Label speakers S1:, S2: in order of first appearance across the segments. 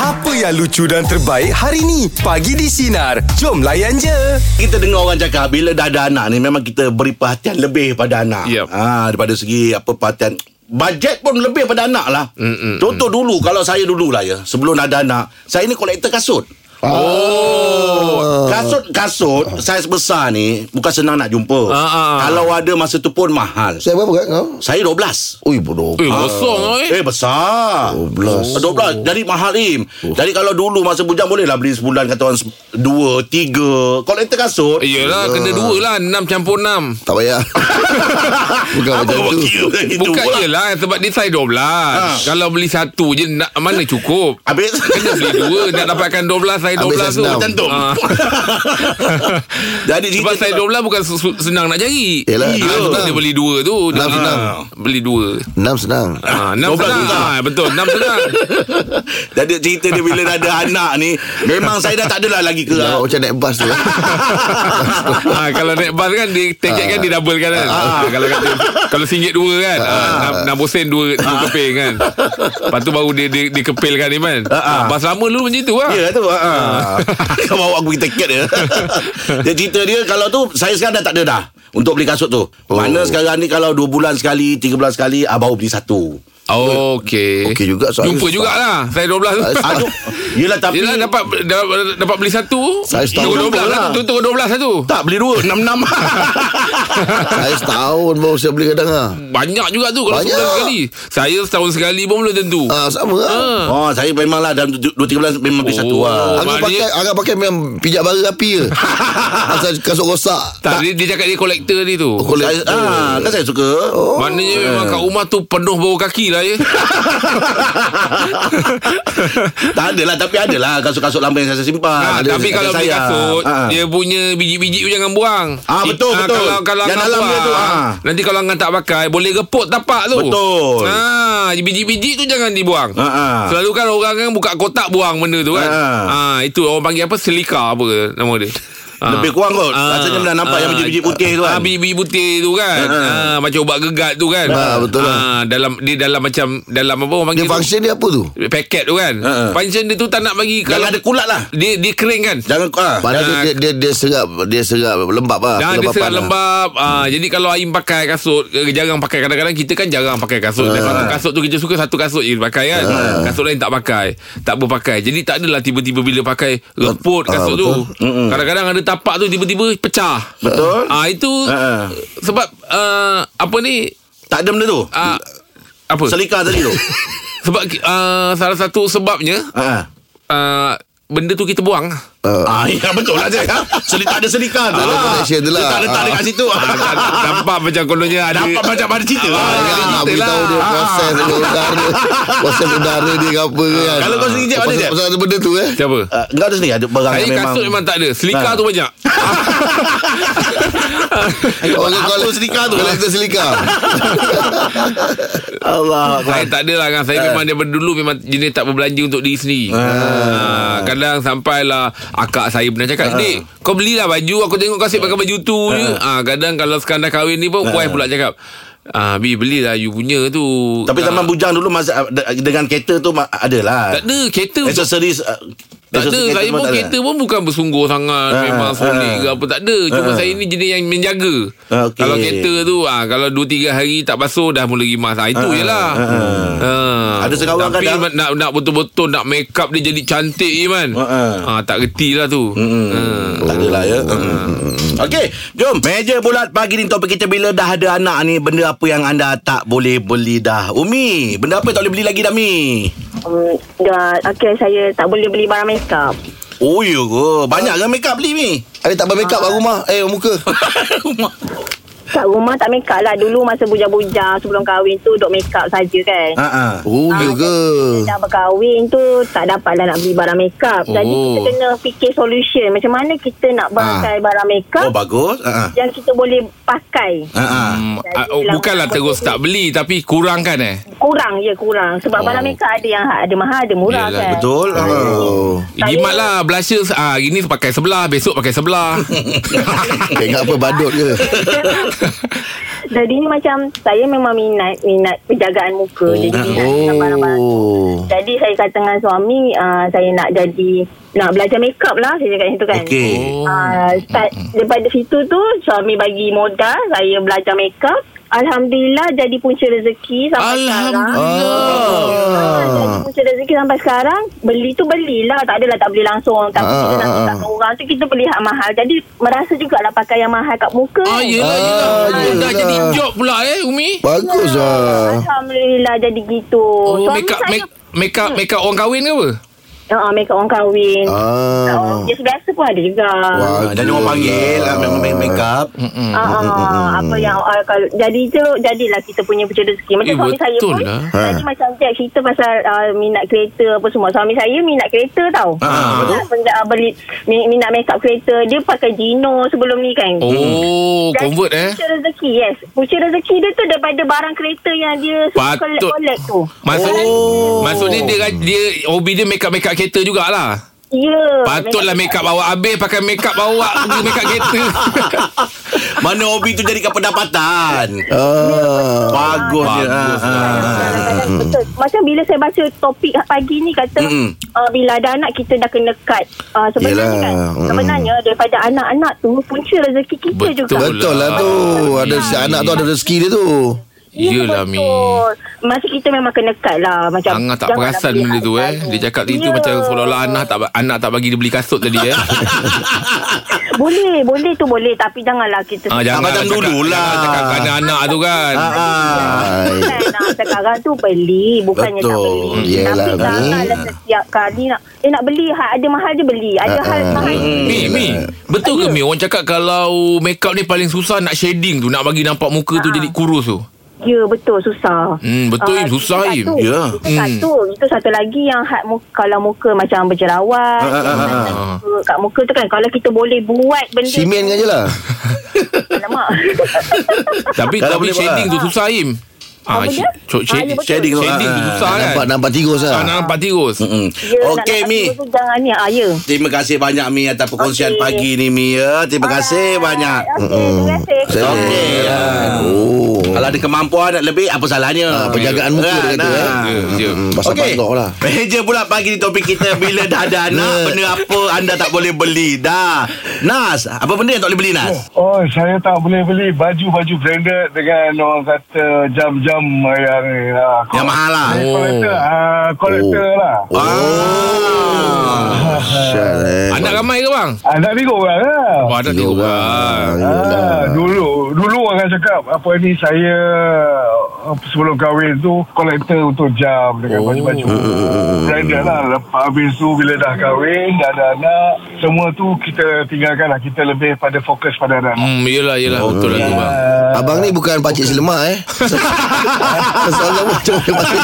S1: Apa yang lucu dan terbaik hari ni? Pagi di Sinar. Jom layan je.
S2: Kita dengar orang cakap bila dah ada anak ni memang kita beri perhatian lebih pada anak.
S3: Yep.
S2: Ha daripada segi apa perhatian Bajet pun lebih pada anak lah Mm-mm. Contoh dulu Kalau saya dulu lah ya Sebelum ada anak Saya ni kolektor kasut
S4: Ah.
S2: Oh Kasut-kasut Saiz besar ni Bukan senang nak jumpa
S3: Ah, ah, ah.
S2: Kalau ada masa tu pun mahal
S4: Saya berapa kat kau?
S2: Saya 12
S4: Ui bodoh
S3: Eh, kosong lah
S2: Eh
S3: eh.
S2: besar
S4: 12.
S2: 12 Jadi mahal im oh. Jadi kalau dulu masa bujang Boleh lah beli sebulan Kata orang 2, 3 Kolektor kasut
S3: Iyalah, kena dua lah. Enam campur enam.
S4: Tak payah Bukan
S2: Apa
S4: macam
S2: kau
S4: tu
S2: kira macam itu
S3: Bukan
S2: pula?
S3: je lah Sebab dia size 12
S2: Ha.
S3: Kalau beli satu je nak, Mana cukup
S2: Habis
S3: Kena beli dua Nak dapatkan 12 Size
S4: Habis
S3: 12 tu
S4: senang.
S2: Macam tu
S3: Ah.
S2: Jadi cerita
S3: Sebab size 12 bukan su- su- senang nak cari
S4: Yelah,
S3: Ah,
S4: enam
S3: sebab
S4: senang.
S3: Dia beli dua tu dia,
S4: Enam
S3: ah,
S4: senang.
S3: Beli dua
S4: Enam senang
S3: Ah, enam
S2: 12
S3: senang
S2: senang.
S3: Ah, Betul enam senang
S2: Jadi cerita dia bila dah ada anak ni Memang saya dah tak adalah lagi ke
S3: Ya.
S4: Nampak macam naik bas tu
S3: ha, Kalau naik bas kan Dia tiket kan Dia double kan, kan? Ah, Kalau kata Kalau singgit dua kan ah, enam, enam bosen dua, dua keping kan Lepas tu baru dia, dia, dia kepil kan Iman
S2: Ah, ah.
S3: ah, Bas lama dulu macam tu lah
S2: Ya tu ha. Kau bawa aku pergi tiket dia Dia cerita dia Kalau tu Saya sekarang dah tak ada dah Untuk beli kasut tu oh. Mana sekarang ni Kalau 2 bulan sekali 3 bulan sekali ah, Baru beli satu
S3: Okey.
S4: Okey juga, soalnya
S3: Jumpa
S4: susah.
S3: jugalah. Saya 12 tu.
S4: Ah,
S2: Aduh Yelah tapi
S3: Yelah dapat da- dapat beli satu.
S4: Saya setahun.
S3: Tukar 12 lah. Tu tukar 12 satu.
S2: Tak beli dua Enam enam
S4: Saya setahun baru saya beli kadang lah
S3: Banyak juga tu kalau
S4: Banyak.
S3: sebulan sekali. Saya setahun sekali pun belum tentu.
S4: Ah, sama lah
S2: Oh saya memang lah Dalam 2-3 bulan Memang beli
S3: Oh.
S2: satu lah
S4: Angkat
S3: maknanya-
S4: pakai Angkat pakai memang Pijak bara api je Pasal kasut rosak
S3: Tak, Dia, dia cakap dia kolektor dia tu.
S2: Saya, ah, kan saya suka
S3: Oh. Maknanya memang kat rumah tu penuh bau kaki lah ya.
S2: Tak adalah Tapi adalah Kasut-kasut lama yang saya simpan
S3: ha,
S2: Ada-
S3: tapi
S2: ada
S3: kalau beli
S2: Ah, saya.
S3: kasut,
S2: Ah.
S3: dia punya biji-biji tu jangan buang.
S2: Ah, betul,
S3: Ah,
S2: betul.
S3: Kalau, kalau
S2: Yang
S3: Angah
S2: dalam dia
S3: buang,
S2: tu, ah.
S3: Nanti kalau Angah tak pakai, boleh repot tapak tu.
S2: Betul.
S3: Ha, biji-biji tu jangan dibuang.
S2: Ah, ah.
S3: Selalu kan orang kan buka kotak buang benda tu kan.
S2: Ah.
S3: Ha, itu orang panggil apa? Selika apa ke nama dia. Ah.
S2: Lebih kurang kot Rasanya dah nampak yang biji-biji putih tu kan
S3: Ah, biji-biji putih tu kan.
S2: Ha, ha.
S3: Ah, macam ubat gegat tu kan.
S4: Ah, betul lah.
S3: Ah, dalam dia dalam macam dalam apa orang
S4: Dia
S3: panggil tu?
S4: function dia apa tu
S3: paket tu kan.
S2: Ha, ha.
S3: Function dia tu tak nak bagi
S2: Jangan ada kulat lah
S3: dia dia kering kan.
S2: Jangan ah.
S4: Padahal dia, dia, dia, dia serap Dia serap lembab lah
S3: Dah dia
S4: kelembapan
S3: serap
S4: lah.
S3: lembab ah, Jadi kalau Aim pakai kasut eh, Jarang pakai Kadang-kadang kita kan jarang pakai
S4: Ah.
S3: kasut Dan satu kasut tu kita suka Satu kasut je pakai kan Kasut lain tak pakai Tak berpakai Jadi tak adalah tiba-tiba Bila pakai reput
S4: Ah,
S3: kasut tu
S4: betul.
S3: Kadang-kadang ada tapak tu Tiba-tiba pecah
S2: Betul
S3: Ah Itu
S2: Ah.
S3: Sebab ah, Apa ni
S2: Tak ada benda tu
S3: ah, Apa
S2: Selika tadi tu
S3: Sebab ah, Salah satu sebabnya
S2: ah.
S3: ah, Benda tu kita buang
S2: ah, ya betul lah je Selika ada selika tu
S4: Tak
S3: Ah,
S4: ada connection tu lah.
S2: Dia tak letak
S4: Ah.
S2: dekat situ
S3: Nampak macam kononnya ada
S2: Dapat macam mana cerita lah.
S4: Ah,
S3: Kita
S4: nak
S3: lah.
S4: beritahu dia
S2: Ah.
S4: proses dia udara Proses udara dia ke apa ke kan
S2: Kalau kau sendiri, Jeb, ada,
S4: Pasal-
S2: Jeb?
S4: Pasal ada benda tu eh
S3: Macam apa?
S2: Ah, Engkau ada sendiri ada barang
S3: Saya
S2: yang memang
S3: kasut memang tak ada Selika
S2: Ah.
S3: tu banyak
S4: Orang
S2: Apa
S4: kau-
S3: Ah,
S2: selika tu?
S4: Kolektor selika
S2: Allah
S3: Saya tak ada lah kan Saya memang daripada dulu Memang jenis tak berbelanja Untuk diri sendiri Ah, Kadang sampailah Akak saya pernah cakap Dik kau belilah baju Aku tengok kau asyik pakai baju tu je Ah, Kadang kalau sekarang dah kahwin ni pun Wife pula cakap Ah, Bi belilah you punya tu
S2: Tapi zaman
S3: Ah,
S2: bujang dulu masa de- Dengan kereta tu ma- Adalah
S3: Tak ada kereta untuk
S2: Accessories ah,
S3: Tak ada
S2: accessories
S3: Saya
S2: pun
S3: pun
S2: tak ada.
S3: kereta pun Bukan bersungguh sangat
S2: Ah,
S3: Memang solid
S2: ah.
S3: ke apa Tak ada Cuma
S2: Ah.
S3: saya ni jenis yang menjaga
S2: Ah, okey.
S3: Kalau kereta tu ah, Kalau 2-3 hari tak basuh Dah mula rimas ah, Itu je lah Ah.
S2: Ada sekarang
S3: Tapi
S2: kadang-
S3: nak, nak, nak betul-betul Nak make up dia jadi cantik je man
S2: Ah, ah.
S3: Ah, Tak reti lah tu Ah.
S2: Hmm. Tak adalah ya Okey Jom Meja bulat pagi ni Topik kita bila dah ada anak ni Benda apa yang anda tak boleh beli dah Umi Benda apa yang tak boleh beli lagi dah Mi
S5: Um, dah, okay, saya tak boleh beli barang makeup.
S2: Oh ya ke Banyak ke make up beli Mi
S4: Ada tak bermakeup kat rumah Eh muka
S5: Kat rumah tak makeup lah. Dulu masa bujang-bujang sebelum kahwin tu duk makeup saja kan.
S2: Ha ah.
S4: Oh
S5: Ah,
S4: juga
S5: Dah berkahwin tu tak dapatlah nak beli barang makeup. Jadi
S3: Oh.
S5: kita kena fikir solution. Macam mana kita nak pakai barang makeup
S2: Oh bagus Ha ah.
S5: yang kita boleh pakai.
S2: Ha ah.
S3: Hmm, ah, oh, Bukanlah terus tak beli Tapi kurangkan eh
S5: Kurang je kurang. Sebab
S3: Oh.
S5: barang makeup ada yang ada mahal, ada murah
S3: Yelah,
S5: kan.
S2: Betul Ha.
S4: Oh
S3: Jimat lah Blusher ah, Hari ni pakai sebelah Besok pakai sebelah
S4: Ingat apa badut ke
S5: Jadinya macam saya memang minat minat penjagaan muka. Jadi minat barang-barang
S4: Oh.
S5: Jadi saya kata dengan suami uh, saya nak jadi nak belajar makeup lah saya cakap macam tu kan.
S2: Okey.
S3: Oh.
S5: Uh, start daripada situ tu suami bagi modal saya belajar makeup. Alhamdulillah jadi punca rezeki sampai sekarang. Ah, jadi punca rezeki sampai sekarang beli tu belilah tak adalah tak beli langsung tapi
S4: Ah,
S5: kita
S4: ah,
S5: nak
S4: ah.
S5: tukar orang tu kita beli hak mahal. Jadi merasa jugalah pakai yang mahal kat muka.
S3: Ah, yelah,
S4: Ah,
S3: yelah. Dah
S4: yelah.
S3: jadi job pula eh, Umi.
S4: Bagus lah.
S5: Ya, Alhamdulillah jadi gitu.
S3: Oh,
S5: Suami
S3: make up,
S5: saya- Hmm.
S3: make, make up, make up orang kahwin ke apa?
S5: Uh, make up orang kahwin. Uh,
S4: Ah.
S5: yes, biasa pun ada juga.
S4: Wah.
S2: Ah,
S4: Hmm,
S2: Dan orang panggil ah, Memang make make up
S5: Uh, apa yang uh, kalau jadi tu jadilah kita punya puja rezeki. Macam
S3: Eh,
S5: suami saya
S3: betul
S5: pun
S3: lah.
S4: Ha.
S5: tadi macam Jack cerita pasal uh, minat kereta apa semua. Suami saya minat kereta tau.
S2: Ah,
S5: minat, benda, uh, beli mi- minat make up kereta. Dia pakai Gino sebelum ni kan.
S3: Oh,
S5: Jadi
S3: convert eh.
S5: Punca rezeki, yes. Punca rezeki dia tu daripada barang kereta yang dia suka
S3: Patut.
S5: collect-collect tu.
S3: Maksudnya,
S2: Oh.
S3: oh. maksudnya dia, dia hobi dia make up make up kereta jugalah.
S5: Ya.
S3: Patutlah make up awak habis pakai make up awak pergi make up kereta.
S2: Mana hobi tu jadikan pendapatan
S4: Ah.
S2: Bagus je
S3: Bagus
S5: Ah,
S2: Ah, ah, ah.
S5: kadang-kadang betul. Macam bila saya baca topik pagi ni kata
S2: Mm-mm.
S5: uh, bila ada anak kita dah kena cut. Uh, sebenarnya
S4: Yelah,
S5: kan.
S4: mm-mm.
S5: Sebenarnya daripada anak-anak tu punca rezeki kita
S3: Betul.
S5: juga.
S4: Betul lah tu. Ada si anak tu ada rezeki dia tu.
S5: Ya,
S3: Yelah Mi.
S5: betul. Masa kita memang kena cut lah macam
S3: Angah tak
S5: janganlah
S3: perasan
S5: beli
S3: benda tu eh.
S5: hal-hal
S3: Dia cakap tadi tu
S5: Ya.
S3: macam seolah-olah anak tak anak tak bagi dia beli kasut tadi eh.
S5: Boleh, boleh tu boleh tapi janganlah kita
S3: Ah jangan
S2: macam dululah.
S3: Cakap kerana anak tu kan.
S2: Ah, ah.
S4: Hai.
S5: Kan, ah, sekarang tu beli Bukannya tak
S2: Betul.
S5: beli
S4: Yelah,
S5: Tapi
S4: Mi.
S5: janganlah setiap kali nak Eh nak beli hal- Ada mahal je beli Ada hal
S3: Ah,
S5: mahal je beli.
S3: Mi, Mi, betul ke Mi orang cakap kalau make up ni paling susah nak shading tu, nak bagi nampak
S5: Ah.
S3: muka tu jadi kurus tu.
S5: Ya betul susah
S3: Hmm, betul, Im.
S5: Ah,
S3: Susah, Im.
S5: itu satu.
S2: Ya.
S5: Itu satu Itu satu lagi yang hak muka, Kalau muka macam berjerawat
S2: Ah, ah, ah,
S5: macam muka- Kat muka tu kan Kalau kita boleh buat benda
S4: Simen kan je lah.
S5: Alamak
S3: Tapi
S2: Kalau
S3: tapi
S2: boleh
S3: shading tu
S5: buat.
S3: susah Im.
S5: ah. Apa
S3: Ah,
S5: dia?
S3: sh-
S5: Ah, ya,
S3: sh- shading
S5: betul.
S2: Shading tu
S3: shading tu
S2: ah,
S3: susah kan.
S4: Nampak nampak tikus
S3: Tak
S4: lah.
S3: nak nampak tirus.
S2: Mm.
S5: Ya, nak
S2: Okey
S5: dapat
S2: Mi
S5: tidur tu Jangan ni ah, Ya
S2: Terima kasih banyak Mi atas
S5: Okey.
S2: perkongsian pagi ni Mi ya. Terima kasih banyak.
S5: Ah, Okey terima kasih
S2: Okey. ya.
S4: Oh.
S2: Kalau ada kemampuan nak lebih apa salahnya?
S4: Ah, penjagaan muka dia kata, eh.
S3: Ya, ya.
S4: Hmm, Pasal okay.
S2: Okey.
S4: pangkok lah.
S2: Meja pula pagi ni topik kita bila dah ada anak, benda apa anda tak boleh beli dah. Nas, apa benda yang tak boleh beli Nas?
S6: Oh, saya tak boleh beli baju-baju branded dengan orang kata jam-jam yang uh,
S2: Yang mahal lah.
S5: Oh.
S3: Oh.
S6: Kolektor, uh, kolektor
S4: Oh.
S6: lah.
S2: Ah. Oh.
S4: Syat eh.
S2: lah
S3: Anak ramai ke bang?
S6: Anak tiga orang lah.
S3: Wah, ada tiga orang.
S6: Ah, dulu dulu orang cakap apa ni saya apa, sebelum kahwin tu kolektor untuk jam dengan baju-baju branded lah lepas habis tu bila dah kahwin dah ada anak semua tu kita tinggalkan lah kita lebih pada fokus pada anak Ah,
S3: Hmm, yelah, yelah. Betul lah tu bang.
S4: Abang ni bukan pakcik selemak eh. Soalan macam mana pakcik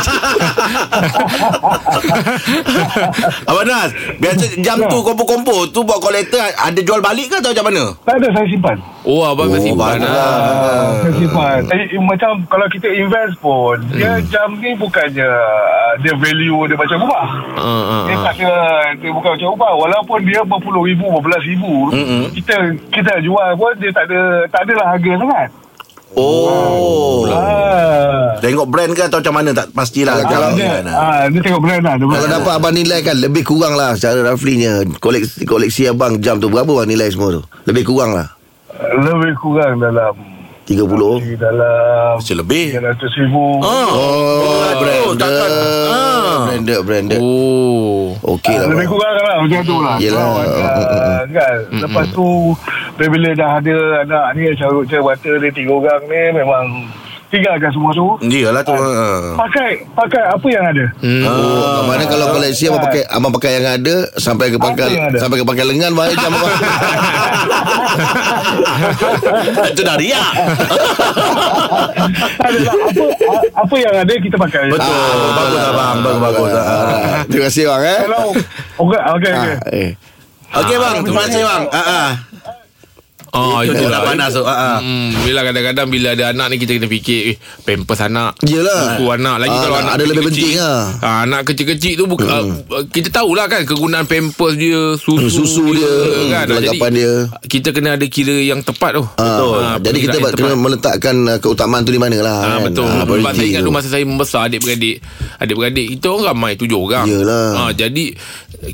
S2: Abang Nas, biasa jam
S5: Ya.
S2: tu kompo-kompo tu buat kolektor ada jual balik ke atau macam mana?
S6: tak ada saya simpan
S3: Oh, abang kasi simpan lah.
S6: saya
S2: Ah.
S6: simpan saya, eh, Ah. macam kalau kita invest pun dia
S2: Hmm.
S6: jam ni bukannya ah, dia value dia macam rumah
S3: Ah, ah,
S6: Dia
S3: ah.
S6: tak kira Dia bukan macam rumah Walaupun dia berpuluh ribu Berbelas ribu
S2: Hmm.
S6: Kita kita jual pun Dia tak ada Tak adalah harga sangat
S2: Oh.
S6: ah.
S2: Tengok brand ke atau macam mana tak pastilah.
S4: Kalau-
S6: Dia,
S2: kan? Kalau
S6: ah, dia tengok brand lah dia
S4: Kalau
S6: brand.
S4: dapat abang nilai kan Lebih kurang lah Secara roughly-nya koleksi, koleksi abang jam tu Berapa abang nilai semua tu Lebih kurang lah
S6: Lebih kurang dalam
S4: 30
S6: di Dalam
S2: Masih lebih.
S6: 300 ribu
S2: Ah.
S4: Oh
S2: Branded.
S4: Branded Branded Branded
S3: Oh.
S4: Okey lah
S6: Lebih
S4: abang.
S6: kurang lah Macam tu lah
S4: Yelah.
S6: Kalau ada, kan? Lepas tu Bila, bila dah ada anak ni Carut cerwata dia Tiga orang ni Memang Tinggalkan semua tu
S4: Mm.
S2: Iyalah tu. ah.
S6: Pakai Pakai apa yang ada
S4: Oh, kat mana kalau koleksi abang
S6: Ah.
S4: pakai abang pakai yang ada sampai ke pakai
S6: yang ada?
S4: sampai ke pakai lengan baik jam Ah, abang.
S2: Itu dah riak.
S6: Tak adalah lah, apa a- apa yang ada kita pakai. Ah,
S2: Betul. Bagus abang, bagus bagus. ah.
S4: Ah, Terima kasih bang eh.
S6: Kalau okey okey okey.
S4: Ah, eh.
S2: Okey bang, terima kasih bang. Ha ah.
S3: Ah,
S2: Cucuk
S3: itulah.
S2: dah panas tu. Ha, ha.
S3: Hmm, bila kadang-kadang bila ada anak ni kita kena fikir eh pampers anak.
S4: Yelah.
S3: Buku anak lagi
S4: Ah,
S3: kalau anak
S4: ada lebih penting
S3: kecil-kecil,
S4: Hmm. lah.
S3: ah, anak kecil-kecil tu bukan ah, kita tahulah kan kegunaan pampers dia, susu,
S4: Susu dia, hmm,
S3: Ah,
S4: kelengkapan dia.
S3: Kita kena ada kira yang tepat tu.
S4: Betul.
S3: Ah,
S4: Jadi kita
S3: perkiraan yang
S4: kena meletakkan uh, keutamaan tu di mana lah.
S3: Ah,
S4: kan?
S3: betul.
S4: Ah,
S3: Ah, Sebab
S4: priority
S3: saya ingat
S4: tu.
S3: dulu masa saya membesar adik-beradik. Adik-beradik kita orang ramai tujuh orang.
S4: Yelah.
S3: Ah, jadi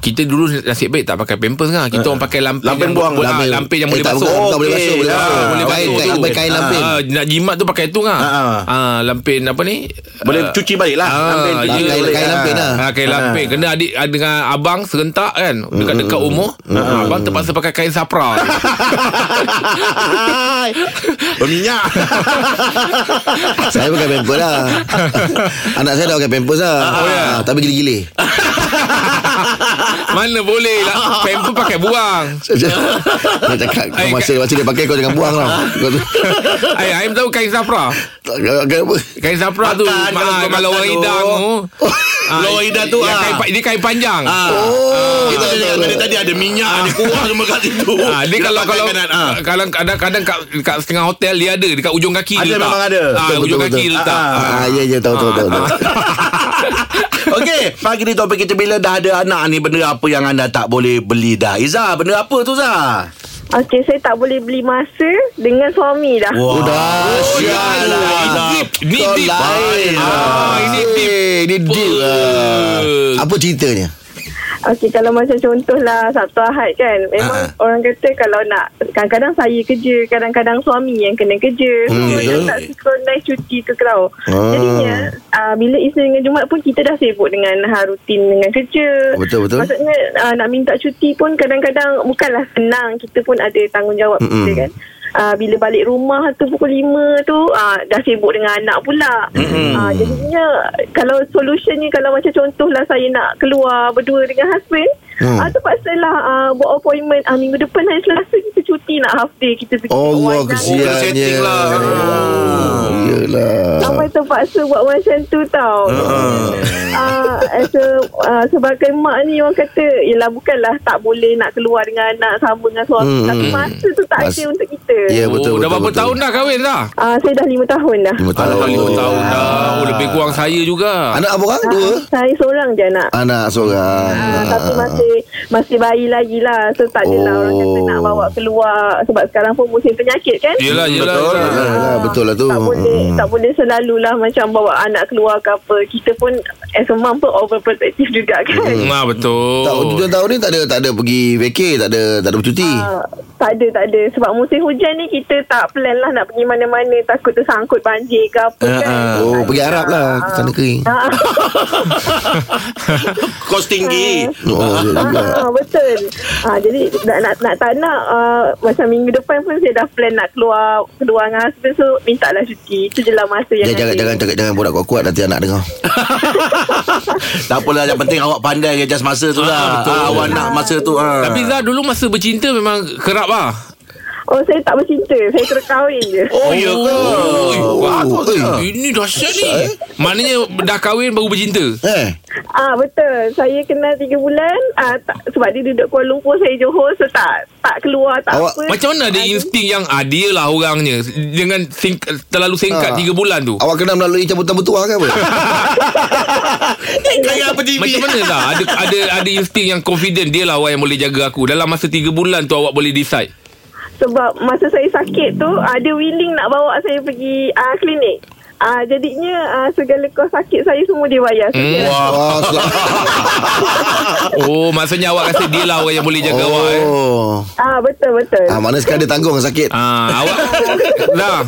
S3: kita dulu nasib baik tak pakai pampers kan. Kita orang pakai lampin.
S2: Lampin
S3: yang
S2: buang,
S3: boleh-
S4: Ah,
S3: ah,
S4: lampin.
S3: lampin yang
S4: Eh,
S3: boleh
S4: tak,
S3: basuh.
S4: bukan, tak boleh
S2: Okey.
S4: basuh,
S3: Eh,
S4: boleh
S2: Ah,
S4: basuh.
S2: boleh
S4: Kain,
S2: basuh
S4: kain,
S2: tu.
S4: pakai kain lampin.
S3: Ah, nak jimat tu pakai tu kan.
S2: Ah.
S3: Ah, lampin apa ni?
S2: Boleh
S3: Ah,
S2: cuci balik lah. Lampin
S3: Ah,
S2: cuci
S3: ya,
S4: kain-
S2: balik.
S4: kain
S2: Ah.
S4: lampin lah.
S3: Ha, kain lampin Kena adik ah, dengan abang serentak kan
S2: Mm,
S3: Dekat-dekat umur Ah, Abang terpaksa pakai kain sapra
S2: Berminyak.
S4: Saya pakai pampers lah. Anak saya dah pakai pampers lah.
S2: oh,
S3: ya?
S4: Ah, Tapi gili-gili.
S3: Mana boleh lah Pamper pakai buang
S4: Dia cakap kau
S3: Eh,
S4: masa, masa dia pakai kau jangan buang lah. Kau tu.
S3: Ay, Aim tahu kain sapra
S4: Tak, kau- kau apa?
S3: Kain sapra tu
S2: Makan, kalau
S3: ah,
S2: suka makan
S3: Kalau orang
S2: tu.
S3: hidang tu ah,
S2: Orang hidang tu,
S3: yang
S2: ah.
S3: kain, pa- Dia kain panjang
S2: Ah.
S4: Oh.
S2: Kita dah cakap tadi tadi ada minyak, ada kuah semua kat situ.
S3: Ah, dia
S2: Kita
S3: kalau
S2: pakai
S3: kalau
S2: kanan, ah.
S3: kalau kadang-kadang kat, kat setengah hotel dia ada dekat ujung kaki
S2: Ada,
S3: dia letak.
S2: memang ada.
S3: Ah,
S4: Betul,
S3: ujung
S4: betul,
S3: kaki
S4: betul.
S3: dia letak.
S4: Ah, ya, ya, tahu, tahu, tahu. tahu.
S2: Okey, pagi ni topik kita bila dah ada anak ni benda apa yang anda tak boleh beli dah? Iza, benda apa tu Za?
S7: Okey, saya tak boleh beli masa dengan suami dah.
S2: Wah.
S4: Oh, lah, dahsyatlah.
S3: Deep, ni
S4: Kau
S3: deep.
S4: lain
S3: Ah,
S4: lah.
S3: ini deep.
S4: Eh, Ini deep lah.
S3: Eh,
S4: Apa ceritanya?
S7: Okey, kalau macam contohlah Sabtu Ahad kan. Memang
S4: Ha.
S7: orang kata kalau nak, kadang-kadang saya kerja, kadang-kadang suami yang kena kerja. So,
S4: Hmm,
S7: macam
S4: betul.
S7: tak synchronize cuti tu kalau.
S4: Ah.
S7: Jadinya, uh, bila Isnin dengan Jumaat pun kita dah sibuk dengan ha, rutin dengan kerja.
S4: Betul, betul.
S7: Maksudnya uh, nak minta cuti pun kadang-kadang bukanlah senang. Kita pun ada tanggungjawab mm-hmm. kita kan. Uh, bila balik rumah tu pukul 5 tu uh, dah sibuk dengan anak pula. Mm-hmm. Uh, jadinya kalau solutionnya kalau macam contohlah saya nak keluar berdua dengan husband hmm.
S4: Hmm.
S7: uh, terpaksalah uh, buat appointment uh, minggu depan hari Selasa kita cuti nak half day kita pergi
S4: Oh,
S7: berwayang.
S4: Allah
S3: kena setting
S4: kesiannya.
S3: lah.
S4: Oh, Yelah.
S7: Sampai terpaksa buat macam tu tau
S4: Ah.
S7: uh, as a, uh, Sebagai mak ni orang kata Yelah bukanlah tak boleh nak keluar dengan anak Sama dengan suami
S4: Hmm,
S7: hmm, Tapi
S4: hmm.
S7: masa tu tak
S4: Mas-
S7: ada untuk kita
S4: Ya,
S7: yeah.
S4: betul.
S3: Oh, dah
S4: betul,
S3: berapa
S4: betul.
S3: tahun dah kahwin dah?
S7: uh, Saya dah lima tahun dah
S4: Lima tahun.
S3: Alhamdulillah lima tahun dah. Oh, lebih kurang saya juga.
S4: Anak apa orang? Dua?
S7: Ah, Saya seorang je anak
S4: Anak seorang.
S7: Ah, tapi masih masih bayi lagi lah So tak adalah orang kata nak
S4: Oh.
S7: bawa keluar Sebab sekarang pun musim penyakit kan Ah,
S3: Yelah, yelah.
S2: Betul.
S3: yelah.
S4: Yelah, yelah, betul lah tu.
S7: Tak boleh
S4: Mm.
S7: Tak boleh selalulah Macam bawa anak keluar ke apa Kita pun As a mom pun Overprotective juga kan
S3: Hmm, ah, betul.
S4: Tak, tujuan tahun ni tak ada tak ada pergi vacay, tak ada tak ada bercuti.
S7: Ah, tak ada, tak ada. Sebab musim hujan ni kita tak plan lah nak pergi mana-mana. Takut tersangkut banjir ke apa kan.
S4: Oh, pergi Arab lah, ke sana kering.
S7: Ah,
S2: Kos tinggi.
S4: Oh, ya juga.
S7: ah, betul. Ah, jadi nak, nak, nak tak nak ah, macam minggu depan pun saya dah plan nak keluar keluar dengan husband so minta lah cuti. Itu je lah masa yang
S4: Ya, jangan jangan cakap jangan borak kuat-kuat nanti anak dengar.
S2: tak apalah yang penting awak pandai adjust masa tu lah. Ah, awak nak masa tu. Ah.
S3: Tapi Zah dulu masa bercinta memang kerap lah.
S7: Oh, saya tak bercinta. Saya terus kahwin je.
S2: Oh, ya ke?
S4: Oh,
S2: Bagus
S4: eh.
S2: ke?
S3: Ini dahsyat ni.
S2: Eh?
S3: Maknanya dah kahwin baru bercinta.
S4: Eh,
S7: Ah betul. Saya kenal 3 bulan ah tak, sebab dia duduk Kuala Lumpur, saya Johor so tak tak keluar tak
S4: Awak-
S7: apa.
S3: Macam mana ada
S7: Ah,
S3: insting yang ah, dia lah orangnya dengan sing, terlalu
S4: Ah.
S3: singkat 3 bulan tu.
S4: awak kena melalui cabutan bertuah ke apa?
S2: Kayak apa TV?
S3: Macam mana lah ada ada ada insting yang confident dia lah orang yang boleh jaga aku. Dalam masa 3 bulan tu awak boleh decide.
S7: Sebab masa saya sakit tu uh, Dia willing nak bawa saya pergi uh, klinik uh, Jadinya uh, segala kos sakit saya semua dia bayar so, dia,
S4: Wah, selamat.
S3: Oh, maksudnya awak rasa dia lah orang yang boleh jaga awak eh.
S4: Oh.
S7: uh, Betul-betul
S4: Ah, mana sekarang dia tanggung sakit.
S3: Ah, awak Dah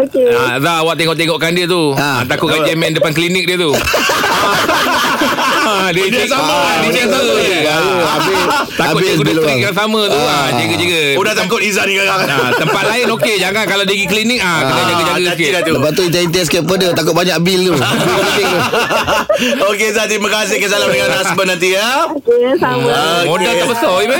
S7: Okey
S3: ah, Dah awak tengok-tengokkan dia tu
S4: Ah.
S3: ah, Takut kat jemen depan klinik dia tu ah, Dia dia
S2: sama. Benda
S3: Dia jaga
S2: sama.
S3: je. Ah,
S4: Ya, Habis
S3: Takut dia guna trik yang sama tu ah, Jaga-jaga
S2: Oh, dah takut Iza ni
S3: ah,
S2: sekarang.
S3: Tempat lain okey Jangan kalau dia pergi klinik ah, Kena
S2: Ah,
S3: jaga-jaga
S2: hati-hati
S3: sikit
S2: dah tu.
S4: Lepas tu intai-intai sikit apa dia Takut banyak bil tu
S3: Ah,
S2: Ah. Okey, Iza. Terima kasih. Kisah dengan husband nanti ya.
S7: Okey sama
S2: Ah,
S3: Modal
S2: okey.
S3: tak besar Ibe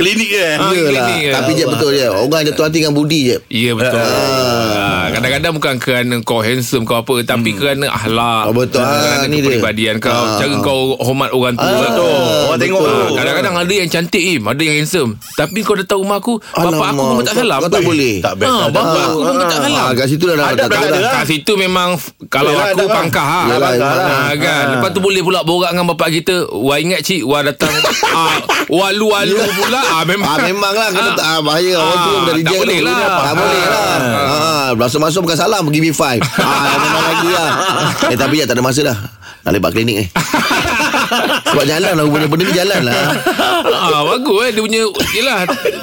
S2: Klinik eh. je.
S3: Ah.
S4: Yelah
S3: Klinik ke?
S4: Tapi je betul je Orang jatuh hati dengan budi je
S3: Ya betul ah. Kadang-kadang bukan kerana kau handsome kau apa Tapi kerana ahlak
S4: Hmm. Oh, betul. Ah,
S3: Kerana
S4: ni dia.
S3: kepribadian kau
S4: Ah.
S3: Cara kau hormat orang tua tu
S4: Oh.
S2: Orang tengok
S3: Ah, Kadang-kadang ada yang cantik Im Ada yang handsome Tapi kau datang rumah aku Bapak aku pun tak salam
S4: Kau tak boleh
S2: Tak best.
S3: Ah,
S2: tak ada.
S3: bapak aku pun tak salam.
S4: Ah, Kat situ dah dah-
S2: Ada
S4: dah tak
S2: berada.
S4: ada
S3: Kat situ memang f- Kalau
S2: Yelah,
S3: aku
S2: dah, bang.
S3: pangkah ha.
S4: Yelah,
S3: ha,
S4: yelah.
S3: kan
S2: Ha.
S3: Lepas tu boleh pula borak dengan bapak kita Wah ingat cik Wah datang ah, Walu-walu pula ah, Memang
S4: Ah memang lah kena
S3: Ah.
S4: tak ah, bahaya orang
S3: Ah,
S4: tu dah
S3: tak
S4: reject
S3: boleh
S4: tu.
S3: lah.
S4: Tak boleh lah. Ah masuk-masuk bukan salam give me five. Ah memang lagi lah. Eh tapi ya tak ada masa dah. Nak lebat klinik ni. Sebab jalan lah benda-benda ni jalan lah.
S3: ah, Bagus eh Dia punya Yelah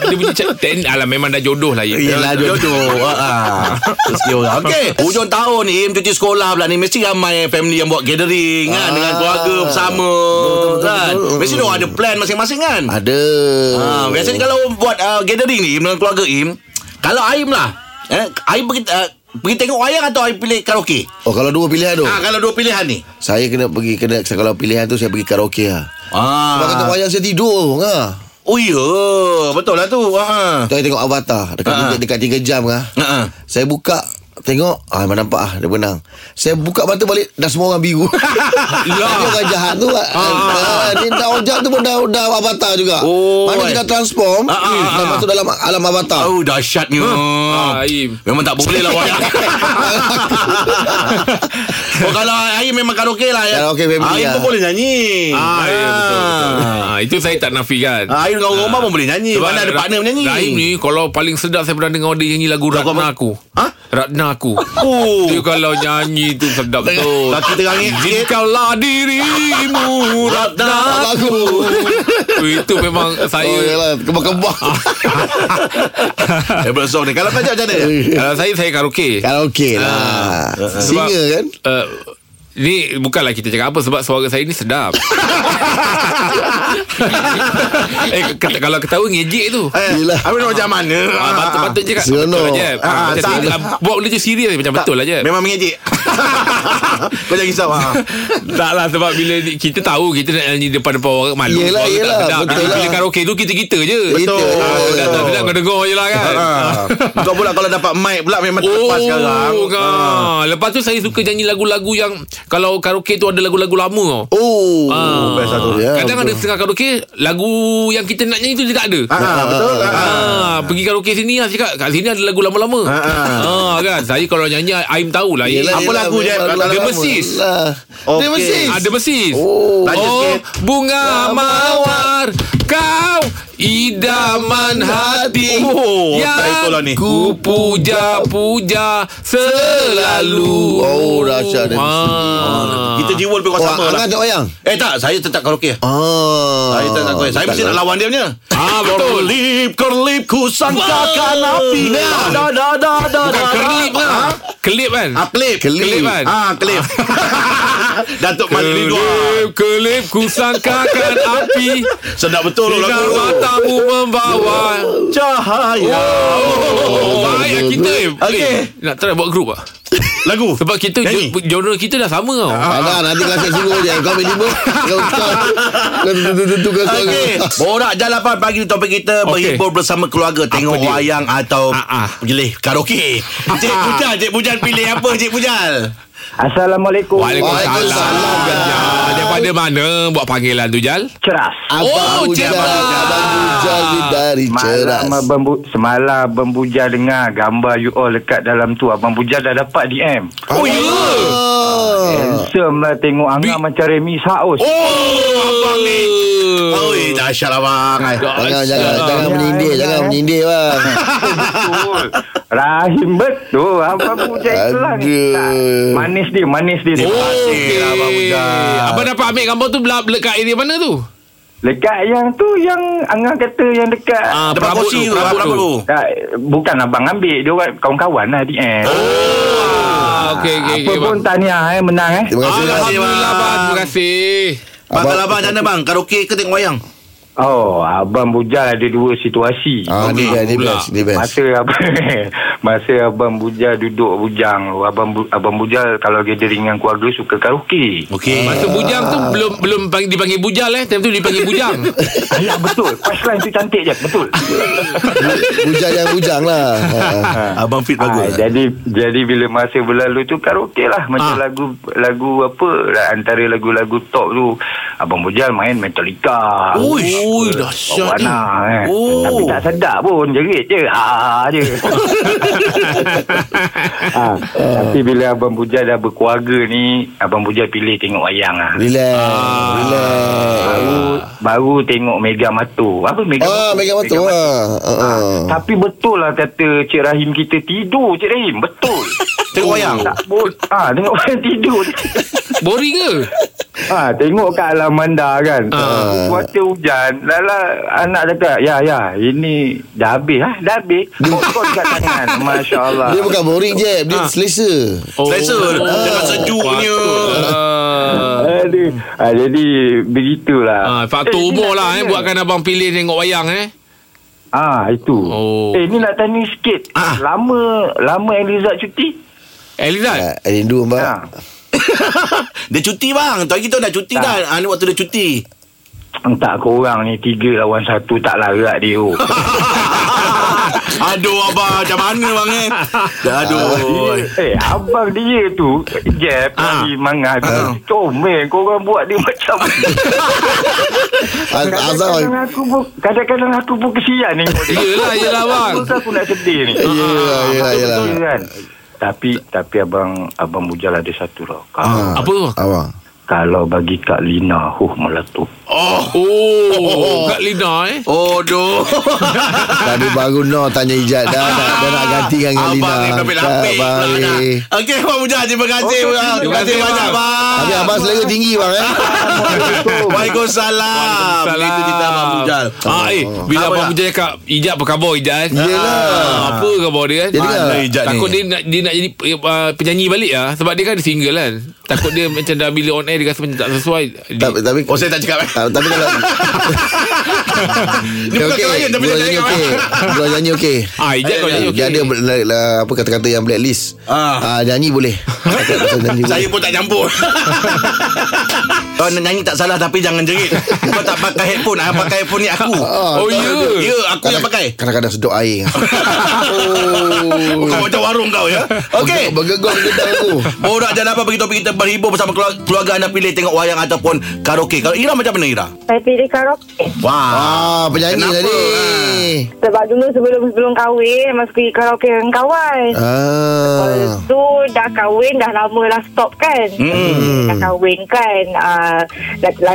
S3: Dia punya cak ten, Alah memang dah jodoh lah Im.
S2: Yelah jodoh
S3: ya.
S2: Ah, ah. Rezeki orang Okey Hujung tahun ni Im cuti sekolah pula ni Mesti ramai family yang buat gathering kan Dengan keluarga bersama kan Mesti dia orang ada plan masing-masing kan
S4: Ada. Oh.
S2: Ah, biasanya kalau buat uh, gathering ni dengan keluarga Im, kalau Aim lah, eh, Aim pergi, uh, pergi tengok wayang atau Aim pilih karaoke?
S4: Oh kalau dua pilihan tu.
S2: Ah, kalau dua pilihan ni.
S4: Saya kena pergi kena kalau pilihan tu saya pergi karaoke lah. Sebab kata
S2: Ah.
S4: wayang saya tidur ha.
S2: Oh ya, betul lah tu. Ha.
S4: Saya tengok Avatar dekat
S2: Ah.
S4: tiga, dekat 3 jam ah.
S2: Ah.
S4: Saya buka Tengok ah, Memang nampak ah, Dia menang Saya buka mata balik Dah semua orang biru
S2: Ya.
S4: Dia orang jahat tu ah, ah, Dia dah orang jahat tu pun Dah, dah avatar juga
S2: Oh,
S4: Mana
S2: eh.
S4: kita transform
S2: Ah, ah,
S4: Dah
S2: ah.
S4: masuk dalam alam avatar
S2: Oh dahsyatnya
S3: Ah, Aim.
S2: Memang tak boleh lah wayang Oh kalau Aim memang karaoke lah ya.
S4: Karaoke
S2: Aim
S4: family lah.
S2: pun boleh nyanyi
S3: Ah, ya, betul, betul. Ah, Itu saya tak nafikan
S2: Ah, Aim dengan orang rumah pun boleh nyanyi Eh, Mana ada
S3: Ra-
S2: partner menyanyi
S3: Rahim ni Kalau paling sedap Saya pernah dengar Dia nyanyi lagu
S2: Lagu
S3: Ratna
S2: apa?
S3: aku
S2: Ha?
S3: Ratna aku
S2: Oh.
S3: Dia kalau nyanyi tu Sedap tu
S2: Kaki terangin sikit.
S3: Izinkanlah dirimu Ratna aku Itu memang Saya
S4: Oh yalah Kebah-kebah
S2: Ah. Hebat song ni Kalau kau macam mana
S3: Kalau Eh, saya Saya karaoke
S4: Karaoke
S2: Ah.
S4: lah Singa kan
S3: uh, Ni bukanlah kita cakap apa Sebab suara saya ni sedap Eh kata, kalau ketawa ngejek tu
S2: Eh,
S4: Yelah.
S2: Habis nak macam mana
S3: Ah, patut, patut je kat
S4: Seronok.
S3: Betul lah je
S2: Ah,
S3: ah, macam
S2: tak.
S3: serius, ah, Buat benda tu serius Macam betul lah je
S2: Memang mengejek Kau jangan risau ha.
S3: tak lah sebab bila ni- kita tahu kita nak nyanyi depan-depan orang malu
S4: Yelah,
S3: orang
S4: yelah,
S3: tak sedap.
S4: betul
S3: Bila-
S4: lah.
S3: Bila karaoke tu kita-kita je.
S4: Betul. Ha,
S3: Ah, kalau tak sedap kau dengar je lah kan.
S2: Kau pula kalau dapat mic pula Memang tak
S3: Oh,
S2: lepas sekarang Ah.
S4: ha.
S3: kan. Lepas tu saya suka nyanyi lagu-lagu yang kalau karaoke tu ada lagu-lagu lama tau.
S4: Oh
S3: Ah.
S2: best lah tu.
S4: Ya, betul.
S3: Kadang
S4: Ha,
S3: ada setengah karaoke Lagu yang kita nak nyanyi tu dia tak ada
S2: Ah, ah, Betul
S3: Ah,
S2: ah.
S3: pergi karaoke sini lah cakap kat sini ada lagu lama-lama. Ha kan saya kalau nyanyi Aim tahu lah.
S4: Yelah,
S2: Apa
S4: yelah,
S2: lagu je?
S4: memang
S2: Ada
S4: lama.
S3: Mesis.
S4: Lah.
S2: Okey.
S4: Dia mesis
S3: Ada mesis.
S4: Oh.
S2: Lanjut
S3: oh
S2: sikit.
S3: bunga mawar kau idaman hati
S2: Oh, tak ikut lah ni.
S3: yang ku puja-puja selalu.
S4: Oh, dahsyat dia.
S3: Ah.
S2: Kita jiwa lebih kurang
S4: Oh,
S2: sama
S4: Angah
S2: lah
S4: tengok wayang
S2: Eh tak Saya tetap karaoke
S4: Ah.
S2: Saya tak takut Saya mesti nak lawan dia punya
S3: Ah, betul.
S2: Kerlip Kerlip Ku sangkakan api Da da da da
S3: Bukan
S2: da
S3: kelip kan? Kelip kan?
S2: Ah, klip
S3: Kelip kan?
S2: lah. Ah, klip Datuk Malik Ridwan
S3: Kelip, kelip, ku sangkakan api
S2: Sedap betul loh
S3: Sinar
S2: lagu tu.
S3: matamu membawa
S2: Cahaya
S3: Oh, baik lah kita eh.
S2: Okey.
S3: Eh, Nak try buat grup ah.
S2: Lagu
S3: Sebab kita
S2: Nyanyi. Ah.
S3: jo- genre kita dah sama tau.
S4: Ada nanti kalau saya suruh je Kau ambil lima Kau kau Kau tutup-tutupkan suara
S2: Okey, borak jalapan pagi ni topik kita
S3: Okey.
S2: berhibur bersama keluarga tengok
S3: dia?
S2: wayang atau
S3: Ah, ah.
S2: pilih karaoke. Cik Pujal, Cik Pujal pilih apa Cik Pujal?
S8: Assalamualaikum.
S3: Waalaikumsalam.
S4: Waalaikumsalam,
S3: Jal. Daripada mana buat panggilan tu Jal?
S8: Ceras.
S2: Ah.
S3: Oh,
S4: Abang Ujal
S3: Ceras.
S4: Abang Ujal ni dari ceras
S8: Malam Abang Bu, semalam Abang Buja dengar gambar you all dekat dalam tu. Abang Buja dah dapat DM.
S3: Oh, ya.
S8: Handsome lah tengok Angah
S3: Bi-
S8: macam Remy Saos. Oh,
S2: Oh, abang ni. Oh, dahsyat abang.
S4: Eh, Jangan, jangan, jangan menyindir Jangan menyindir
S2: Ah.
S4: bang
S8: betul. Rahim betul. Abang Buja itulah.
S4: Aduh.
S8: Manis dia, manis dia.
S2: Terima
S8: Oh.
S2: kasih lah abang
S3: Eh,
S2: Pujal.
S3: Abang dapat ambil gambar tu belak dekat area mana tu?
S8: Dekat yang tu yang Angah kata yang dekat.
S3: Ah,
S2: Depan
S3: perabot
S2: kursi
S3: tu,
S2: tu,
S3: perabot
S2: rambut
S3: tu.
S2: tu.
S8: Tak, bukan abang ambil Dia orang kawan-kawan lah DM oh,
S3: Ah, okey okey
S8: Apa
S3: okey.
S8: pun
S3: bang.
S8: tahniah eh Menang eh
S4: Terima kasih
S2: Ah,
S4: bang
S2: kasih,
S3: Alhamdulillah
S2: bang.
S3: bang. Terima kasih.
S2: Bang,
S4: Abang-
S2: kalau abang macam mana bang? Karaoke ke tengok wayang?
S8: Oh, Abang Bujal ada dua situasi.
S4: Ah, ni
S3: Okey,
S4: best, ni
S3: pula.
S4: best, ni best.
S8: Masa abang masa abang Bujal duduk bujang, tu, abang Bu- abang Bujal kalau gathering dengan keluarga suka karaoke.
S2: Okey.
S3: Masa bujang tu belum belum pang- dipanggil bujal eh. Time tu dipanggil bujang.
S8: Ya betul. Punchline tu cantik je, betul.
S4: Bujang yang bujang lah. Ha, ha.
S2: Abang fit
S8: Ah,
S2: bagus.
S8: jadi jadi bila masa berlalu tu karaoke lah macam lagu lagu apa lah, antara lagu-lagu top tu abang Bujal main Metallica.
S3: Uish. Ui, dahsyat
S8: Bawana,
S3: ni.
S8: eh.
S3: Oh.
S8: oh. Tapi tak sedap pun Jerit je Haa je ha. Tapi bila Abang Bujal dah berkeluarga ni Abang Bujal pilih tengok wayang lah
S4: Relax.
S2: Ah.
S4: Relax.
S8: Baru baru tengok Mega Matu Apa Mega
S4: Ah, Mega Matu lah. Ah, ah.
S8: Tapi betul lah kata Cik Rahim kita tidur Cik Rahim Betul Oh,
S2: Tengok wayang.
S8: Tak boleh ha, Tengok wayang tidur
S3: Boring ke?
S8: Ha, tengok kat Alamanda kan. Uh. Cuaca hujan. Lala anak cakap, ya, ya, ini dah habis. Ha? Dah habis. Popcorn kat tangan. Masya Allah.
S4: Dia bukan boring je. Dia
S2: Ah.
S4: selesa.
S3: Oh.
S2: Selesa Dengan sejuknya
S3: Uh,
S8: Aduh. Ha, jadi, begitulah.
S3: Ah, faktor
S8: ni nak
S3: umur lah eh
S8: tanya.
S3: buatkan abang pilih tengok wayang eh.
S8: Ah, itu.
S3: Oh.
S8: Eh, ni nak tanya sikit.
S2: Ah.
S8: Lama, lama Elizad cuti?
S3: Elizad.
S4: Ah, Rindu mbak.
S8: Ha.
S2: Dia cuti bang Tuan kita dah cuti dah
S8: Tak.
S2: ha, Ni waktu dia cuti
S8: Entah korang ni tiga lawan satu tak larat dia. Oh.
S2: Aduh abang Macam mana bang eh Aduh
S8: Dia- Eh, abang dia tu Jeb
S2: Ah.
S8: Tadi mangat Comel Korang buat dia macam
S4: Az-
S2: Ah.
S4: Azal.
S8: Kadang-kadang aku pun Kadang-kadang aku pun kesian ni
S3: Yelah, yelah, bang.
S8: Aku Aku nak sedih ni
S2: Ah.
S4: Yelah, yelah, yelah.
S8: Betul kan? Tapi Tapi abang Abang Mujal ada satu tau
S4: Ah.
S8: Kalau,
S3: Apa tu?
S4: Abang.
S8: kalau bagi Kak Lina Huh meletup
S3: Oh, Kak Lina eh.
S2: Oh doh
S4: Tadi baru no tanya Ijat dah. Dah, dah nak ganti
S2: Abang
S4: dengan Lina.
S2: ni lapik-lapik
S4: Tak, Abang ni.
S2: Okey Abang Mujah Terima kasih
S8: Okey,
S2: bang. Terima
S3: terima
S2: kasih
S3: kasih,
S2: banyak
S3: bang.
S2: bang
S4: Tapi abang selera tinggi bang eh.
S2: Waalaikumsalam Itu kita Ah, Abang Mujah
S3: Ah, eh, bila
S2: Apa
S3: Abang
S2: tak?
S3: Mujal cakap Ijat apa khabar Ijat eh?
S4: Yelah.
S3: Ah, Apa khabar dia kan
S4: Jadi kan?
S2: Mana Ijat ni?
S3: Takut dia nak, dia nak jadi uh, penyanyi balik lah Sebab dia kan ada single kan Takut dia macam dah bila on air Dia rasa macam tak sesuai dia,
S4: Tapi, tapi,
S2: Oh saya tak cakap eh
S4: Ta- tapi kalau
S2: Dia bukan klien Tapi dia
S4: Dua
S2: cakap
S4: nyanyi
S2: eh.
S4: okey Dua nyanyi okey
S3: Ah, Ijat kau nyanyi
S4: Eh, Dia
S3: okey
S4: ada ber- la- la- apa kata-kata yang blacklist
S2: Ah.
S4: ah. Nyanyi boleh Cakap pasal nyanyi
S2: Saya
S4: boleh
S2: pun tak campur Kau nak nyanyi tak salah Tapi jangan jerit Kau tak pakai headphone Yang pakai headphone ni aku
S3: Oh, ya
S2: Ya aku yang pakai
S4: Kadang-kadang sedut air Oh.
S2: Kau macam warung kau ya Okey
S4: Bergegong gedang aku
S2: Borak jangan apa bagi topik kita berhibur bersama keluarga, keluarga anda pilih tengok wayang ataupun karaoke. Kalau Ira macam mana Ira?
S9: Saya pilih karaoke
S2: Wah.
S4: Ah, penyanyi
S2: Kenapa,
S4: tadi
S9: Sebab dulu sebelum sebelum kahwin Mas pergi karaoke dengan kawan
S4: ah.
S9: Lepas tu dah kahwin dah lama lah stop kan hmm. Dah kahwin kan uh,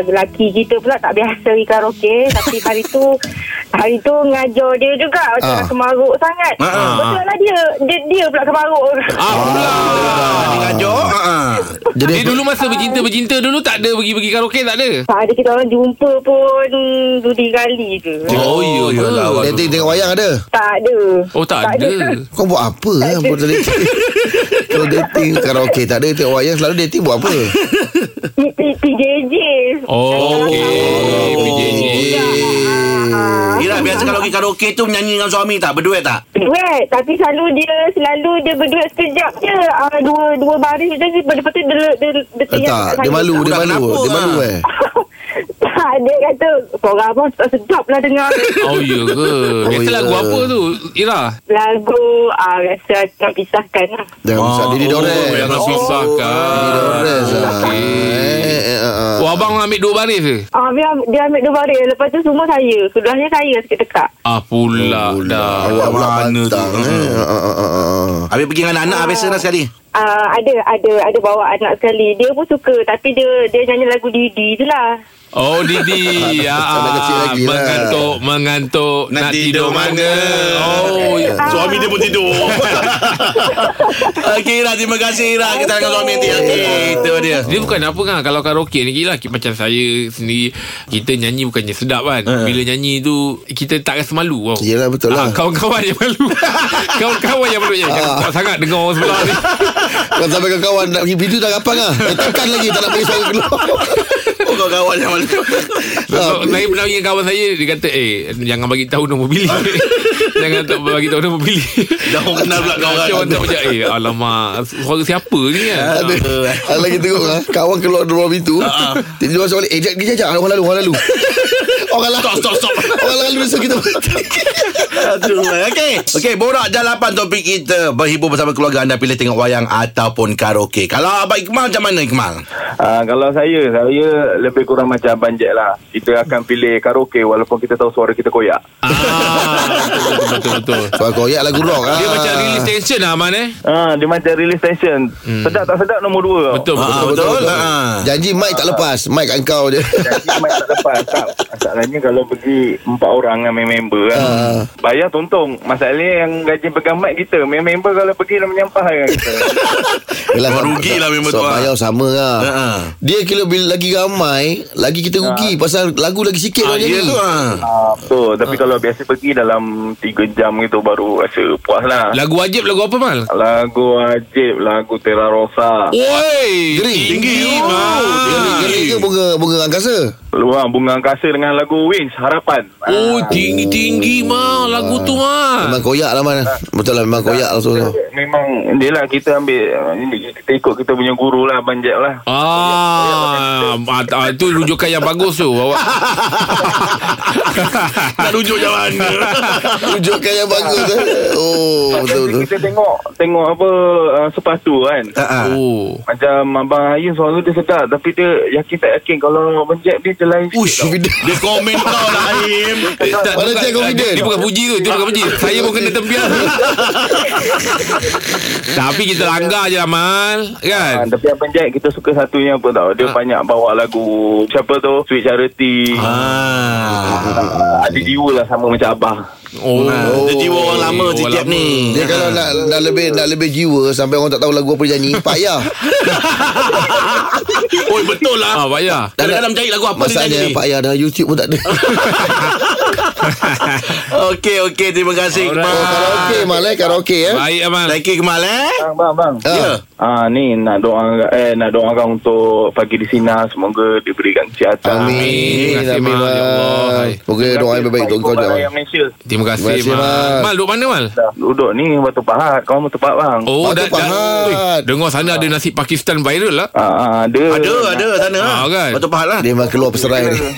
S9: Lelaki kita pula tak biasa pergi karaoke Tapi hari tu Hari tu ngajar dia juga Macam
S4: Ah.
S9: nak kemaruk sangat
S2: Ah, ah,
S9: Betul lah dia dia, dia pula kemaruk
S3: Ah, pula
S2: Dia ngajuk. Ha ah.
S4: Jadi
S3: Dia dulu masa bercinta-bercinta dulu Tak ada pergi-pergi karaoke tak ada
S9: Tak ada kita orang jumpa pun Dua tiga kali je
S3: Oh, ya ke?
S2: yalah, awak-
S4: Dating tengok wayang ada
S9: Tak ada
S3: Oh tak ada
S4: Kau buat apa eh Buat dating Kalau dating Karaoke tak ada Tengok wayang selalu dating buat apa
S9: P- P- PJJ
S3: Oh, okey. PJJ.
S9: Ah.
S2: Ira biasa kalau pergi karaoke tu menyanyi dengan suami tak? Berduet tak?
S9: Duet Tapi selalu dia Selalu dia berduet sekejap je uh, Dua dua baris je Lepas tu dia, dia, dia,
S4: Eh,
S9: tinggal
S4: Tak
S9: kat
S4: Dia
S9: sana.
S4: malu Dia
S2: Budak
S4: malu
S2: kenapa,
S4: Dia malu
S2: ah?
S4: eh
S9: Tak dia kata Korang abang tak sedap lah dengar
S3: Oh ya ke Biasa
S4: ya.
S3: lagu apa tu Ira
S9: Lagu uh, Rasa tak pisahkan lah
S4: Jangan besar Diri
S3: Oh
S4: dorang
S3: jangan susahkan
S4: Dores lah. Eh, eh, eh, eh.
S3: Oh abang ambil dua baris ke
S9: uh, dia, dia ambil dua baris Lepas tu semua saya Sudahnya saya sekejap-tekak
S3: Ah pula dah
S4: Awak Oh, pula
S2: mana tu?
S4: pantang, eh. Ah, ah, ah, ah, ah.
S2: Habis pergi dengan anak-anak biasa lah sekali.
S9: Uh, ada ada ada bawa anak sekali dia pun suka tapi dia dia nyanyi lagu Didi je lah
S3: Oh Didi
S4: Sampai
S3: ah,
S4: kecil lagi lah.
S3: Mengantuk Mengantuk Nak, tidur, mana Oh ya.
S2: Suami dia pun tidur. Okey Ira, terima kasih Ira. Kita dengan suami nanti. Okey, itu dia.
S3: Dia bukan apa kan Kalau karaoke ni Gila macam saya sendiri Kita nyanyi bukannya sedap kan Bila nyanyi tu Kita tak rasa malu wow.
S4: Ha. Yelah, betul lah. Ah.
S3: ah, Kawan-kawan yang malu Kawan-kawan yang malu Jangan kuat sangat Dengar orang sebelah ni
S4: Kau sampai ke kawan Nak pergi pintu dah kapang lah Eh tekan lagi Tak nak bagi suara keluar Ah.
S2: Oh, kau kawan yang mana
S3: So, saya pernah ingat kawan saya Dia kata Eh jangan bagi tahu nombor bilik
S4: Ah.
S3: Jangan tak bagi tahu nombor bilik
S2: Dah orang kenal pula kau
S4: kan.
S3: Macam orang tak macam Eh alamak Suara siapa ni kan
S4: Ada Ada lagi teruk ha? Kawan keluar dari ruang pintu
S2: Ah,
S4: Tiba-tiba masuk balik Eh jap jap jap Orang lalu Orang lalu Orang lalu
S2: Stop stop stop
S4: Orang lalu So kita
S2: Aduh, Okey Okey borak jalapan topik kita Berhibur bersama keluarga anda Pilih tengok wayang Ataupun karaoke Kalau Abang Iqmal macam mana Iqmal
S10: Ah, kalau saya, saya lebih kurang macam Abang Jack lah. Kita akan pilih karaoke walaupun kita tahu suara kita koyak.
S3: Ah, Betul-betul
S4: Soal koyak lagu rock Ah.
S3: Dia macam release tension lah Man eh
S10: Ah, dia macam release tension. Hmm. Sedap tak sedap nombor dua. tau.
S3: Betul betul
S2: Ah,
S4: Betul, betul, betul.
S2: Ah.
S4: Janji mic tak lepas Mic kat kau je
S10: Jadi mic tak lepas tak. Masalahnya kalau pergi Empat orang dengan main member kan
S4: Ah.
S10: Bayar tuntung Masalahnya yang gaji pegang mic kita Main member kalau pergi Dia menyampah kan kita
S4: Yelah,
S2: Kau
S4: sama-
S2: rugi lah memang
S4: so,
S2: tu, ah.
S4: Bayar sama lah
S2: Ha.
S4: Dia kira bila lagi ramai Lagi kita rugi Pasal lagu lagi sikit
S2: Ah,
S4: lah orang
S2: ya
S4: nyanyi.
S2: tu ah.
S10: ah, Betul Tapi kalau biasa pergi dalam 3 jam gitu Baru rasa puas lah
S3: Lagu wajib lagu apa Mal?
S10: Lagu wajib Lagu Terra Rosa
S3: Oi
S4: Gering.
S3: Tinggi Mal
S4: Gerik ke bunga, bunga angkasa
S10: Luang Bunga Angkasa dengan lagu Wings Harapan Ah,
S3: Oh tinggi-tinggi Mal Lagu tu Mal
S2: Ah.
S4: Memang koyak lah man Betul lah memang koyak lah so, so.
S10: Memang Dia lah kita ambil ah, ini, Kita ikut kita punya guru lah Abang Jack lah
S3: Ah, ah, ah, itu rujukan yang bagus tu. Awak
S2: Tak Ah, rujuk jalan
S4: Rujukan yang bagus eh.
S10: Jadi
S4: Oh betul-betul
S10: kita tengok Tengok apa uh, Sepatu kan
S3: oh.
S10: Macam Abang Ayu suara dia sedap Tapi dia yakin tak yakin Kalau menjek dia dia lain
S4: Ush confident
S2: Dia komen kau lah Aim
S3: Tak,
S4: Mana
S3: bukan-
S4: Jack confident?
S3: Dia bukan puji tu Dia bukan puji Saya pun kena tempian Tapi kita langgar je lah Mal
S10: Ha,
S3: Kan
S10: tapi Abang Jack kita suka satunya apa tau
S2: Ah.
S10: Dia banyak bawa lagu Siapa tu Sweet Charity ah. Ada jiwa lah sama macam Abah
S3: Oh,
S2: Dia jiwa orang Oh, lama
S3: Orang
S2: Cicap
S3: lama.
S2: ni
S4: Dia kalau nak, nak lebih nak lebih jiwa Sampai orang tak tahu lagu apa dia nyanyi Payah
S2: Oi betul lah
S3: Ah, payah
S2: Kadang-kadang mencari lagu apa dia
S4: Masanya
S2: nyanyi Ah.
S4: payah Dalam YouTube pun tak ada
S2: Okey okey terima kasih
S3: Alright.
S2: Iqmal
S4: Oh, Karaoke malai karaoke eh
S3: Baik Amal
S2: Thank you Iqmal eh
S10: Bang bang bang
S4: Ya
S10: Ah ni nak doa eh nak doakan untuk pagi di sini semoga diberikan kesihatan.
S3: Amin.
S4: Amin
S3: Terima kasih,
S4: Amin
S3: Mal. Ya Allah.
S4: Mal Moga doa yang baik-baik Untuk kau
S10: Jack.
S4: Jack
S10: Malaysia.
S3: Terima kasih,
S4: Terima kasih,
S3: Mal.
S4: Mal.
S3: Mal duduk mana Mal?
S10: Dah, Duduk ni Batu Pahat. Kau Batu Pahat bang.
S3: Oh
S4: Batu
S3: dah, dah
S4: Pahat.
S3: Ui, Dengar sana ada nasi Pakistan viral lah
S10: Ah, ah, ada.
S2: Ada ada sana
S3: Ah, kan?
S2: Betul pahal lah
S4: Dia memang keluar peserai ni
S2: Okey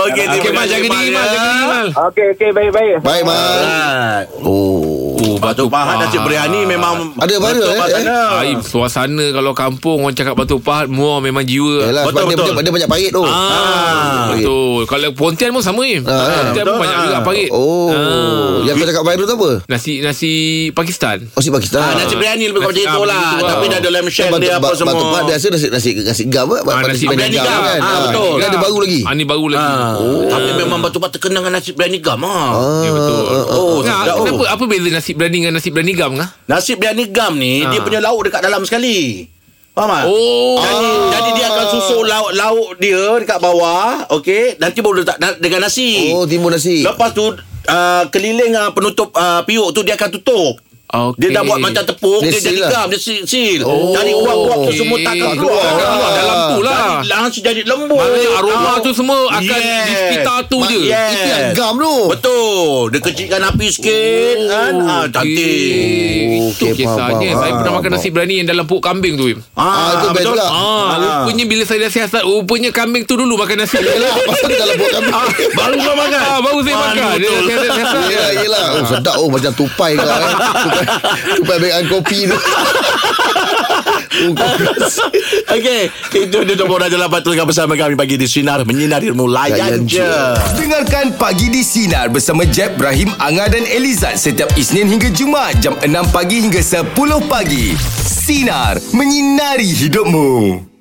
S3: Okay
S2: terima
S3: Mal
S2: kasih ya.
S3: jaga diri Mal Jaga diri Mal
S10: Ah, Okey okey baik-baik.
S4: Baik Mal
S2: Alright.
S4: Oh
S3: Oh
S2: Batu Pahat Nasi Biryani memang
S4: Ada viral,
S2: betul
S4: eh,
S2: kat
S4: eh?
S2: sana.
S3: Aib suasana kalau kampung Orang cakap Batu Pahat Muar memang jiwa
S4: Yalah sebab
S2: Betul,
S4: dia,
S2: betul.
S4: banyak- dia banyak parit tu
S3: Ah,
S4: Parit.
S3: betul. Kalau Pontian pun sama ni.
S4: Ah,
S3: Pontian pun
S2: betul.
S3: banyak juga
S2: Ah.
S3: parit.
S4: Oh
S3: Ah.
S4: Yang kau cakap viral tu apa
S3: Nasi nasi Pakistan.
S4: Oh si Pakistan
S2: Ah, nasi biryani lebih kepada
S3: Nasi-
S2: itu
S3: ah,
S2: lah.
S3: begitu lah.
S2: Tapi dah ada lamb shank dia apa semua.
S4: Batu Pahat biasa nasi nasi nasi gam ah,
S3: Ah,
S4: nasi
S3: nasi
S4: biryani
S2: biryani
S4: gam
S2: gam.
S4: kan.
S2: Ah,
S4: Ah,
S2: betul.
S4: Ini ada baru lagi.
S3: Ah, ni baru lagi.
S2: Ah,
S3: Oh.
S2: Tapi memang batu pahat terkenal dengan nasi biryani gam ah.
S3: Ya, betul.
S2: Oh,
S3: Nah,
S2: sedap.
S3: kenapa apa beza nasi berani dengan nasi berani gam kah?
S2: Nasi biryani gam ni dia punya lauk dekat dalam sekali. Faham tak?
S3: Ah. Oh.
S2: Jadi, jadi dia akan susun lauk-lauk dia dekat bawah, okey, nanti baru letak na- dengan nasi.
S4: Oh timun nasi.
S2: Lepas tu uh, keliling uh, penutup uh, piuk tu dia akan tutup.
S3: Okey.
S2: Dia dah buat macam tepung Dia,
S4: Dia
S2: dia jadi
S4: seal lah.
S2: gam Dia seal, seal.
S4: Oh,
S2: Jadi uap-uap tu
S3: okey.
S2: semua takkan
S3: Tak
S2: keluar
S3: keluar.
S2: Takkan keluar
S3: Dalam tu lah.
S2: Jadi langsung jadi lembut
S3: Maknanya aroma tu semua
S2: Eh,
S3: akan
S2: Yes.
S3: di sekitar tu
S2: Ma-
S3: je.
S2: yes.
S4: Itu yang gam tu.
S2: Betul Dia kecilkan api sikit
S3: Oh.
S2: kan? ah, Cantik
S3: Eh, Itu
S4: Oh, Okey, faham,
S3: kisahnya
S4: faham,
S3: Saya
S4: faham,
S3: pernah makan
S4: faham.
S3: nasi berani Yang dalam puuk kambing tu Im.
S4: Ah itu best pula.
S3: Ah, Rupanya bila saya dah siasat Rupanya kambing tu dulu makan nasi
S4: Yalah pasal dia dalam buat kami.
S2: Baru kau makan
S3: ah, Ya. Baru saya
S2: Manu
S3: makan Dia
S2: betul.
S3: dah siasat-siasat
S4: Yelah yelah. Oh sedap oh macam tupai kau eh. Tupai, tupai bagian kopi tu. Oh, kau-
S2: Okey Itu dia nombor Raja Lapan Tengah bersama kami Pagi di Sinar Menyinari Ilmu Layan
S4: Layan je.
S2: je
S8: Oh, Dengarkan Pagi di Sinar bersama Jeb, Ibrahim, Anga dan Elizad setiap Isnin hingga Jumaat jam 6 pagi hingga 10 pagi. Sinar. Menyinari hidupmu.